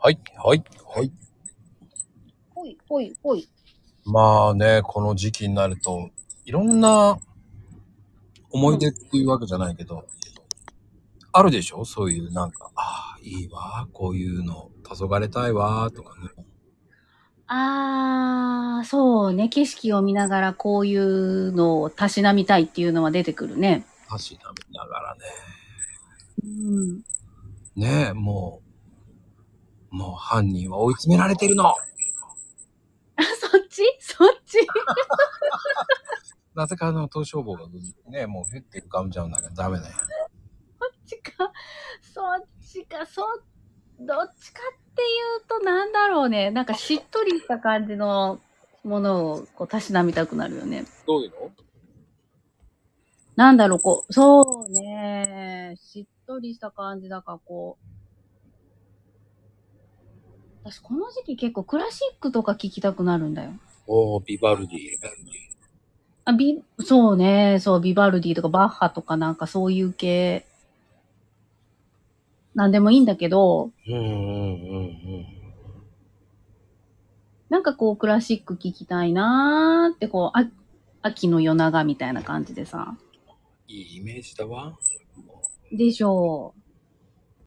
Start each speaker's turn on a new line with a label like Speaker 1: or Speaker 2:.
Speaker 1: はい、はい、はい。
Speaker 2: ほいほいほい。
Speaker 1: まあね、この時期になると、いろんな思い出っていうわけじゃないけど、あるでしょそういうなんか、ああ、いいわ、こういうの、黄昏たいわ、とかね。
Speaker 2: あー、そうね。景色を見ながらこういうのをたしなみたいっていうのは出てくるね。
Speaker 1: たしなみながらね。
Speaker 2: うん。
Speaker 1: ねえ、もう、もう犯人は追い詰められてるの
Speaker 2: あ、 そっちそっち
Speaker 1: なぜかあの、東証坊がね、もう減って浮かんじゃうんだけど、ダメだよ。
Speaker 2: そっちか。そっちか。そ、どっちかっていうとなんだろうね。なんかしっとりした感じのものをこうたしなみたくなるよね。
Speaker 1: どういうの
Speaker 2: なんだろう、こう、そうね、しっとりした感じだから、こう。私、この時期結構クラシックとか聴きたくなるんだよ。
Speaker 1: おー、ビバルディ。
Speaker 2: あ、ビ、そうね、そう、ビバルディとかバッハとかなんかそういう系、なんでもいいんだけど、
Speaker 1: うんうんうんうん。
Speaker 2: なんかこう、クラシック聴きたいなーって、こう、あ秋の夜長みたいな感じでさ。
Speaker 1: いいイメージだわ。
Speaker 2: でしょう。